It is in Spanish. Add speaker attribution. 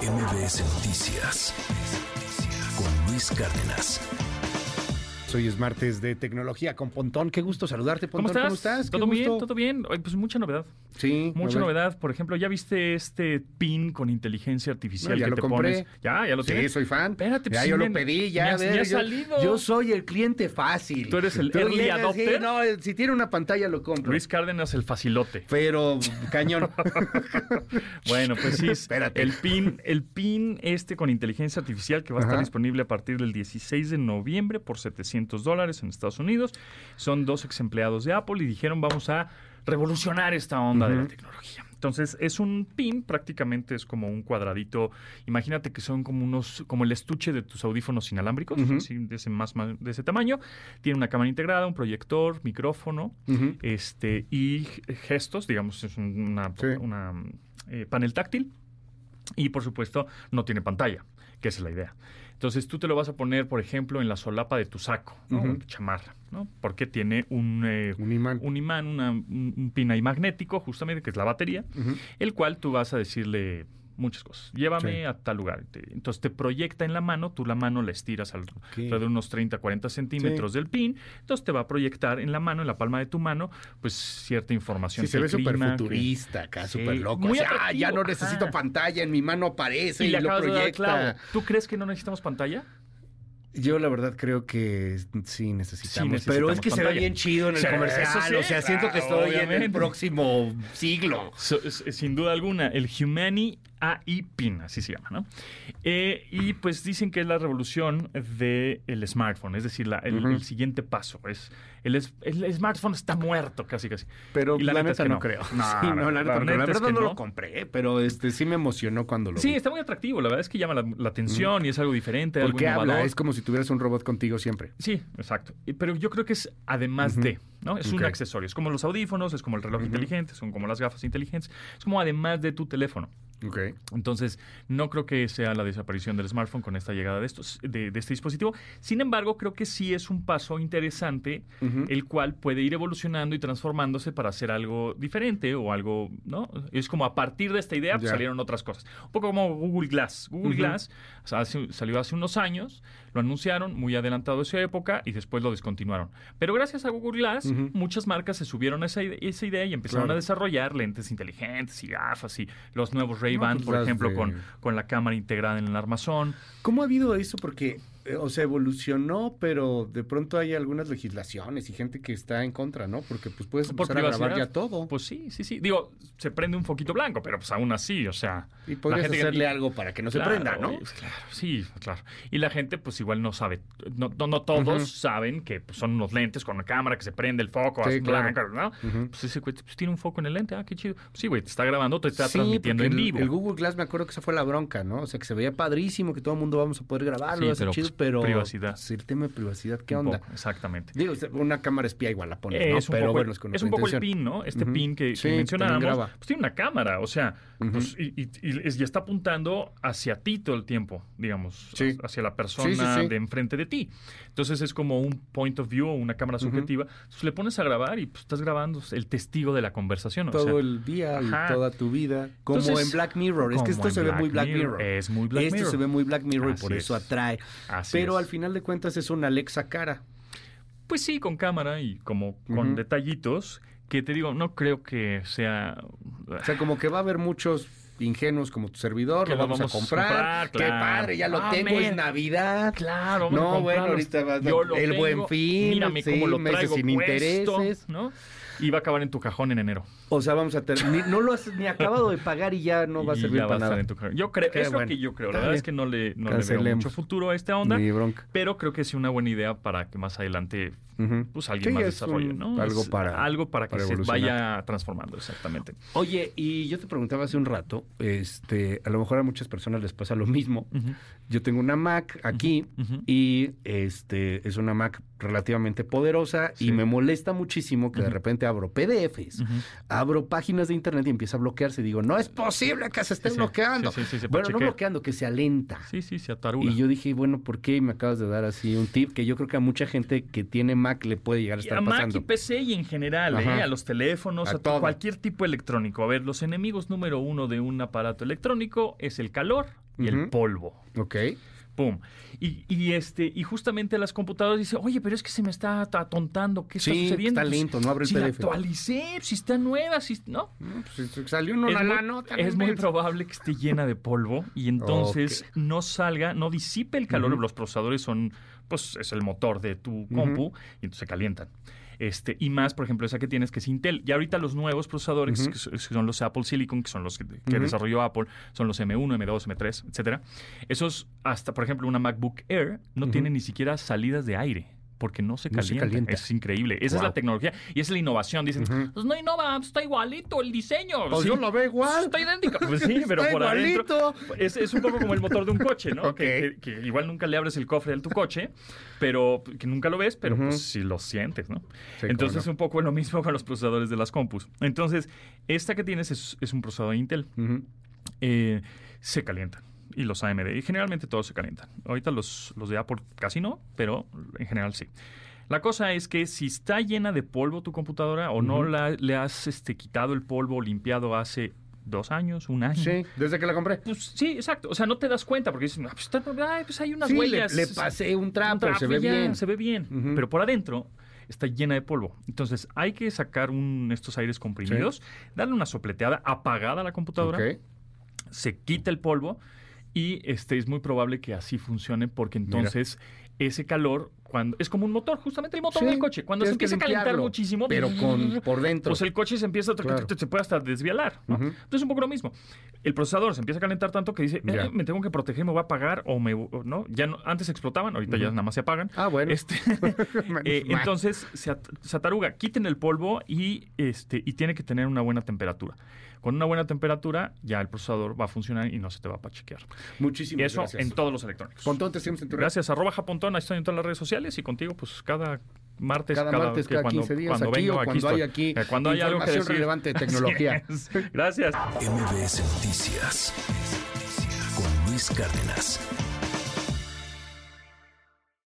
Speaker 1: MBS Noticias con Luis Cárdenas.
Speaker 2: Hoy es martes de tecnología con Pontón. Qué gusto saludarte,
Speaker 3: ¿Cómo
Speaker 2: Pontón.
Speaker 3: estás?
Speaker 2: Qué
Speaker 3: ¿Todo bien?
Speaker 2: gusto.
Speaker 3: ¿Todo bien? Ay, Pues mucha novedad.
Speaker 2: Sí.
Speaker 3: Mucha
Speaker 2: a ver.
Speaker 3: novedad. Por ejemplo, ¿ya viste este pin con inteligencia artificial
Speaker 2: No, ya
Speaker 3: que
Speaker 2: lo
Speaker 3: te
Speaker 2: compré.
Speaker 3: pones? Ya, ya lo
Speaker 2: Sí,
Speaker 3: tienes.
Speaker 2: soy fan.
Speaker 3: Espérate,
Speaker 2: ya
Speaker 3: pues,
Speaker 2: yo
Speaker 3: sí,
Speaker 2: lo
Speaker 3: me-
Speaker 2: pedí, ya.
Speaker 3: me
Speaker 2: a
Speaker 3: has-
Speaker 2: ver,
Speaker 3: ya ha
Speaker 2: yo,
Speaker 3: salido.
Speaker 2: yo soy el cliente fácil.
Speaker 3: Tú eres el
Speaker 2: Tú
Speaker 3: early
Speaker 2: llegas, sí,
Speaker 3: adopter.
Speaker 2: no, eh, si tiene una pantalla lo compro.
Speaker 3: Luis Cárdenas, el facilote.
Speaker 2: Pero cañón.
Speaker 3: Bueno, pues sí, es
Speaker 2: Espérate.
Speaker 3: el pin, el pin este con inteligencia artificial que va a estar
Speaker 2: Ajá.
Speaker 3: disponible a partir del 16 de noviembre por 700 dólares en Estados Unidos. Son dos ex empleados de Apple y dijeron vamos a revolucionar esta onda de la tecnología. Entonces es un pin, prácticamente es como un cuadradito. Imagínate que son como unos, como el estuche de tus audífonos inalámbricos,
Speaker 2: Ujú.
Speaker 3: así de ese más, más- de ese tamaño. Tiene una cámara integrada, un proyector, micrófono,
Speaker 2: Ujú.
Speaker 3: este y g- gestos, digamos, es un- una,
Speaker 2: Sí.
Speaker 3: una, mm, eh, panel táctil y por supuesto no tiene pantalla, que esa es la idea. Entonces tú te lo vas a poner, por ejemplo, en la solapa de tu saco, ¿no?
Speaker 2: Ujú.
Speaker 3: O tu chamarra, ¿no? Porque tiene un, eh,
Speaker 2: Un imán.
Speaker 3: un imán, una- un, un pin ahí magnético, justamente, que es la batería,
Speaker 2: Ujú.
Speaker 3: el cual tú vas a decirle muchas cosas. Llévame
Speaker 2: Sí.
Speaker 3: a tal lugar. Te- Entonces te proyecta en la mano, tú la mano la estiras al, alrededor de unos 30, 40 centímetros del pin, entonces te va a proyectar en la mano, en la palma de tu mano, pues cierta información.
Speaker 2: Sí, se
Speaker 3: del
Speaker 2: ve súper
Speaker 3: clima, que-
Speaker 2: futurista acá,
Speaker 3: Sí,
Speaker 2: súper loco.
Speaker 3: muy
Speaker 2: O sea, ah,
Speaker 3: atractivo,
Speaker 2: ya no necesito
Speaker 3: ajá.
Speaker 2: pantalla, en mi mano aparece
Speaker 3: Y
Speaker 2: y,
Speaker 3: le
Speaker 2: lo
Speaker 3: acabas de dar el clavo.
Speaker 2: proyecta.
Speaker 3: ¿Tú crees que no necesitamos pantalla?
Speaker 2: Yo la verdad creo que sí necesitamos,
Speaker 3: Sí
Speaker 2: pero
Speaker 3: necesitamos
Speaker 2: es que se ve
Speaker 3: pantalla.
Speaker 2: bien chido en el
Speaker 3: Sí, eso
Speaker 2: comercial,
Speaker 3: sí,
Speaker 2: o sea, siento que
Speaker 3: claro,
Speaker 2: estoy en el
Speaker 3: obviamente.
Speaker 2: próximo siglo.
Speaker 3: So- s- sin duda alguna, el Humani AI PIN, así se llama, ¿no? Eh, y pues dicen que es la revolución del el smartphone, es decir, la- el,
Speaker 2: Ujú.
Speaker 3: el siguiente paso. Es el, es- el smartphone está muerto, casi, casi.
Speaker 2: Pero
Speaker 3: Y la neta es que no. No,
Speaker 2: Sí, no, la neta no creo. La
Speaker 3: es
Speaker 2: verdad
Speaker 3: que
Speaker 2: no lo
Speaker 3: no.
Speaker 2: compré, pero este sí me emocionó cuando lo
Speaker 3: Sí,
Speaker 2: vi.
Speaker 3: está muy atractivo, la verdad es que llama la, la atención y es algo diferente, algo
Speaker 2: Porque
Speaker 3: innovador.
Speaker 2: habla, es como si tuvieras un robot contigo siempre.
Speaker 3: Sí, exacto. Y- Pero yo creo que es además
Speaker 2: Ujú.
Speaker 3: de, ¿no? Es un
Speaker 2: Ok.
Speaker 3: accesorio, es como los audífonos, es como el reloj inteligente, son como las gafas inteligentes, es como además de tu teléfono.
Speaker 2: Ok.
Speaker 3: Entonces, no creo que sea la desaparición del smartphone con esta llegada de, estos, de, de este dispositivo. Sin embargo, creo que sí es un paso interesante,
Speaker 2: Ujú.
Speaker 3: el cual puede ir evolucionando y transformándose para hacer algo diferente o algo, ¿no? Es como a partir de esta idea pues,
Speaker 2: Ya.
Speaker 3: salieron otras cosas. Un poco como Google Glass. Google
Speaker 2: Ujú.
Speaker 3: Glass o sea, hace- salió hace unos años, lo anunciaron muy adelantado a su época y después lo descontinuaron. Pero gracias a Google Glass,
Speaker 2: Ujú.
Speaker 3: muchas marcas se subieron a esa, ide- esa idea y empezaron
Speaker 2: Claro.
Speaker 3: a desarrollar lentes inteligentes y gafas y los nuevos Ray Ray-Ban,
Speaker 2: No, pues,
Speaker 3: por
Speaker 2: las
Speaker 3: ejemplo,
Speaker 2: de-
Speaker 3: con, con la cámara integrada en el armazón.
Speaker 2: ¿Cómo ha habido eso? Porque, eh, o sea, evolucionó, pero de pronto hay algunas legislaciones y gente que está en contra, ¿no? Porque pues puedes
Speaker 3: Por
Speaker 2: empezar a grabar
Speaker 3: privacidad.
Speaker 2: ya todo.
Speaker 3: Pues sí, sí, sí. Digo, se prende un foquito blanco, pero pues aún así, o sea.
Speaker 2: y podrías
Speaker 3: gente que-
Speaker 2: hacerle algo para que no se
Speaker 3: Claro,
Speaker 2: prenda, ¿no?
Speaker 3: y- pues, Claro, sí, claro. Y la gente, pues igual no sabe. No, no- no todos
Speaker 2: Ujú.
Speaker 3: saben que pues, son unos lentes con la cámara que se prende el foco,
Speaker 2: Sí,
Speaker 3: así,
Speaker 2: claro.
Speaker 3: blanco, ¿no?
Speaker 2: Ujú.
Speaker 3: Pues ese güey pues, tiene un foco en el lente. Ah, qué chido. Sí, güey, te está grabando, te está
Speaker 2: Sí,
Speaker 3: transmitiendo
Speaker 2: porque
Speaker 3: en
Speaker 2: el-
Speaker 3: vivo.
Speaker 2: El, Google Glass me acuerdo que esa fue la bronca, ¿no? O sea, que se veía padrísimo, que todo el mundo vamos a poder grabarlo,
Speaker 3: Sí,
Speaker 2: va a ser
Speaker 3: pero,
Speaker 2: chido,
Speaker 3: pues,
Speaker 2: pero
Speaker 3: privacidad.
Speaker 2: pues, el tema de privacidad, ¿qué
Speaker 3: Un
Speaker 2: onda?
Speaker 3: poco, exactamente.
Speaker 2: Digo, una cámara espía igual la pones, ¿no?
Speaker 3: Es un,
Speaker 2: pero
Speaker 3: poco, el-
Speaker 2: bueno, es con
Speaker 3: es
Speaker 2: otra
Speaker 3: un poco el
Speaker 2: intención.
Speaker 3: pin, ¿no? Este
Speaker 2: Ujú.
Speaker 3: pin que,
Speaker 2: Sí,
Speaker 3: que
Speaker 2: que
Speaker 3: mencionábamos,
Speaker 2: también graba.
Speaker 3: pues tiene una cámara, o sea,
Speaker 2: Ujú.
Speaker 3: pues, y, y- y es- y está apuntando hacia ti todo el tiempo, digamos,
Speaker 2: Sí.
Speaker 3: ha- hacia la persona
Speaker 2: Sí, sí, sí.
Speaker 3: de enfrente de ti. Entonces es como un point of view o una cámara
Speaker 2: Ujú.
Speaker 3: subjetiva. Entonces, le pones a grabar y pues, estás grabando el testigo de la conversación. O
Speaker 2: Todo
Speaker 3: sea,
Speaker 2: el día y
Speaker 3: Ajá.
Speaker 2: toda tu vida. Como
Speaker 3: Entonces,
Speaker 2: en Black Mirror. Es que
Speaker 3: como
Speaker 2: esto
Speaker 3: en
Speaker 2: se ve muy Black Mirror.
Speaker 3: Es muy Black
Speaker 2: esto
Speaker 3: Mirror.
Speaker 2: se ve muy Black Mirror y por
Speaker 3: Así
Speaker 2: eso
Speaker 3: es.
Speaker 2: atrae.
Speaker 3: Así
Speaker 2: pero
Speaker 3: es.
Speaker 2: al final de cuentas es una Alexa cara.
Speaker 3: Pues sí, con cámara y como con
Speaker 2: Ujú.
Speaker 3: detallitos que te digo, no creo que sea...
Speaker 2: O sea, como que va a haber muchos ingenuos como tu servidor,
Speaker 3: Que
Speaker 2: lo
Speaker 3: lo
Speaker 2: vamos,
Speaker 3: vamos
Speaker 2: a
Speaker 3: a
Speaker 2: comprar.
Speaker 3: comprar,
Speaker 2: ¡Qué
Speaker 3: claro.
Speaker 2: padre! Ya lo
Speaker 3: Ah,
Speaker 2: tengo,
Speaker 3: man.
Speaker 2: es Navidad.
Speaker 3: Claro, vamos a
Speaker 2: No, bueno,
Speaker 3: comprarlos.
Speaker 2: ahorita vas a-
Speaker 3: Yo lo
Speaker 2: el
Speaker 3: tengo,
Speaker 2: Buen Fin,
Speaker 3: Mírame
Speaker 2: sí,
Speaker 3: cómo lo
Speaker 2: meses
Speaker 3: traigo
Speaker 2: sin
Speaker 3: puesto,
Speaker 2: intereses.
Speaker 3: ¿no? Y va a acabar en tu cajón en enero.
Speaker 2: O sea, vamos a terminar. No lo has ni acabado de pagar y ya no va a
Speaker 3: Y
Speaker 2: servir
Speaker 3: ya
Speaker 2: para
Speaker 3: estar
Speaker 2: nada.
Speaker 3: en tu cajón. Yo creo,
Speaker 2: Qué
Speaker 3: es
Speaker 2: bueno.
Speaker 3: lo que yo creo.
Speaker 2: Está
Speaker 3: La verdad
Speaker 2: bien.
Speaker 3: es que no le, no le veo
Speaker 2: Cancelemos.
Speaker 3: mucho futuro a esta onda,
Speaker 2: Ni bronca.
Speaker 3: pero creo que es una buena idea para que más adelante
Speaker 2: Ujú.
Speaker 3: pues alguien
Speaker 2: Sí,
Speaker 3: más
Speaker 2: es
Speaker 3: desarrolle,
Speaker 2: un-
Speaker 3: ¿no?
Speaker 2: algo
Speaker 3: Es
Speaker 2: para-
Speaker 3: algo para que
Speaker 2: para
Speaker 3: se
Speaker 2: evolucionar.
Speaker 3: vaya transformando, exactamente.
Speaker 2: Oye, y yo te preguntaba hace un rato, este, a lo mejor a muchas personas les pasa lo mismo.
Speaker 3: Ujú,
Speaker 2: Yo tengo una Mac aquí
Speaker 3: ujú.
Speaker 2: y este es una Mac relativamente poderosa y
Speaker 3: Sí.
Speaker 2: me molesta muchísimo que de
Speaker 3: Ujú.
Speaker 2: repente abro PDFs,
Speaker 3: Ujú.
Speaker 2: abro páginas de internet y empieza a bloquearse. Digo, no es posible que se esté
Speaker 3: Sí, sí.
Speaker 2: bloqueando.
Speaker 3: Sí, sí, sí, se
Speaker 2: bueno, no
Speaker 3: pachequea.
Speaker 2: bloqueando, que se alenta.
Speaker 3: Sí, sí, se ataruga.
Speaker 2: Y yo dije, bueno, ¿por qué? Y me acabas de dar así un tip que yo creo que a mucha gente que tiene Mac le puede llegar a
Speaker 3: Y
Speaker 2: estar
Speaker 3: a Mac
Speaker 2: pasando.
Speaker 3: y PC y en general,
Speaker 2: Ajá.
Speaker 3: ¿eh? a los teléfonos,
Speaker 2: A
Speaker 3: a,
Speaker 2: todo.
Speaker 3: cualquier tipo electrónico. A ver, los enemigos número uno de un aparato electrónico es el calor y el
Speaker 2: Ujú.
Speaker 3: polvo.
Speaker 2: Ok.
Speaker 3: Pum. Y, y, este, y justamente las computadoras dicen, oye, pero es que se me está at- atontando, ¿qué está
Speaker 2: Sí,
Speaker 3: sucediendo? Pues,
Speaker 2: está lento, no abre el
Speaker 3: si
Speaker 2: PDF.
Speaker 3: la actualicé, si está nueva, si no.
Speaker 2: Mm, pues, si salió uno
Speaker 3: es
Speaker 2: la
Speaker 3: muy,
Speaker 2: nota.
Speaker 3: es
Speaker 2: no
Speaker 3: muy
Speaker 2: inventes.
Speaker 3: probable que esté llena de polvo y entonces no salga, no disipe el calor.
Speaker 2: Ujú.
Speaker 3: Los procesadores son, pues, es el motor de tu
Speaker 2: Ujú.
Speaker 3: compu y entonces se calientan. Este, y más, por ejemplo, esa que tienes que es Intel. Y ahorita los nuevos procesadores,
Speaker 2: Ujú.
Speaker 3: que so- que son los Apple Silicon, que son los que, que
Speaker 2: Ujú.
Speaker 3: desarrolló Apple, son los M1, M2, M3, etcétera. Esos, hasta, por ejemplo, una MacBook Air no
Speaker 2: Ujú.
Speaker 3: tiene ni siquiera salidas de aire. Porque no se
Speaker 2: No
Speaker 3: calienta.
Speaker 2: se calienta.
Speaker 3: Es increíble. Esa es
Speaker 2: Guau.
Speaker 3: la tecnología y esa es la innovación. Dicen,
Speaker 2: Ujú.
Speaker 3: pues no innova, pues, está igualito el diseño.
Speaker 2: Pues
Speaker 3: Sí.
Speaker 2: yo lo veo igual.
Speaker 3: Está idéntica. Pues sí, pero
Speaker 2: Está
Speaker 3: por adentro.
Speaker 2: igualito.
Speaker 3: Es, es un poco como el motor de un coche, ¿no?
Speaker 2: Ok.
Speaker 3: Que, que- que igual nunca le abres el cofre de tu coche, pero que nunca lo ves, pero
Speaker 2: Ujú.
Speaker 3: pues sí lo sientes, ¿no?
Speaker 2: Sí,
Speaker 3: Entonces,
Speaker 2: cómo
Speaker 3: un poco lo mismo con los procesadores de las compus. Entonces, esta que tienes es, es un procesador Intel.
Speaker 2: no. Ujú.
Speaker 3: Eh, se calientan. Y los AMD. Y generalmente todos se calientan. Ahorita los, los de Apple casi no, pero en general sí. La cosa es que si está llena de polvo tu computadora o no
Speaker 2: Ujú.
Speaker 3: la, le has este, quitado el polvo limpiado hace dos años, un año.
Speaker 2: Sí, desde que la compré.
Speaker 3: Pues sí, exacto. O sea, no te das cuenta porque dices, ah, pues, está- ay, pues hay unas
Speaker 2: Sí, le,
Speaker 3: huellas.
Speaker 2: le pasé un trapo,
Speaker 3: Un trapo
Speaker 2: se
Speaker 3: y
Speaker 2: ve
Speaker 3: ya,
Speaker 2: bien.
Speaker 3: Se ve bien.
Speaker 2: Ujú.
Speaker 3: Pero por adentro está llena de polvo. Entonces hay que sacar un, estos aires comprimidos, darle una sopleteada apagada a la computadora
Speaker 2: Ok.
Speaker 3: se quita el polvo y este es muy probable que así funcione porque
Speaker 2: Mira.
Speaker 3: entonces ese calor cuando es como un motor, justamente el motor
Speaker 2: Sí,
Speaker 3: del coche, cuando se
Speaker 2: tienes que
Speaker 3: empieza a calentar
Speaker 2: limpiarlo,
Speaker 3: muchísimo,
Speaker 2: Pero con por dentro.
Speaker 3: pues el coche se empieza a
Speaker 2: Claro.
Speaker 3: te- te- se puede hasta desvialar, ¿no?
Speaker 2: Ujú.
Speaker 3: Entonces un poco lo mismo. El procesador se empieza a calentar tanto que dice, eh,
Speaker 2: Ya.
Speaker 3: me tengo que proteger, me voy a apagar o me o no, ya no- antes explotaban, ahorita ya
Speaker 2: Ujú.
Speaker 3: nada más se apagan.
Speaker 2: Ah, bueno. pues,
Speaker 3: Este,
Speaker 2: Menos
Speaker 3: eh,
Speaker 2: mal.
Speaker 3: entonces se, at- se ataruga, quiten el polvo y, este, y tiene que tener una buena temperatura. Con una buena temperatura ya el procesador va a funcionar y no se te va a pachequear. Y
Speaker 2: Muchísimas
Speaker 3: eso
Speaker 2: gracias.
Speaker 3: en todos los electrónicos.
Speaker 2: Pontón, te seguimos en tu red.
Speaker 3: Gracias, arroba japontón, ahí estoy en todas las redes sociales y contigo pues cada martes,
Speaker 2: Cada martes,
Speaker 3: que
Speaker 2: cada 15 días, aquí o cuando
Speaker 3: estoy.
Speaker 2: hay aquí
Speaker 3: Eh, cuando hay algo que
Speaker 2: información
Speaker 3: decir.
Speaker 2: relevante de
Speaker 3: Así
Speaker 2: tecnología.
Speaker 3: es. Gracias.
Speaker 1: MBS Noticias con Luis Cárdenas.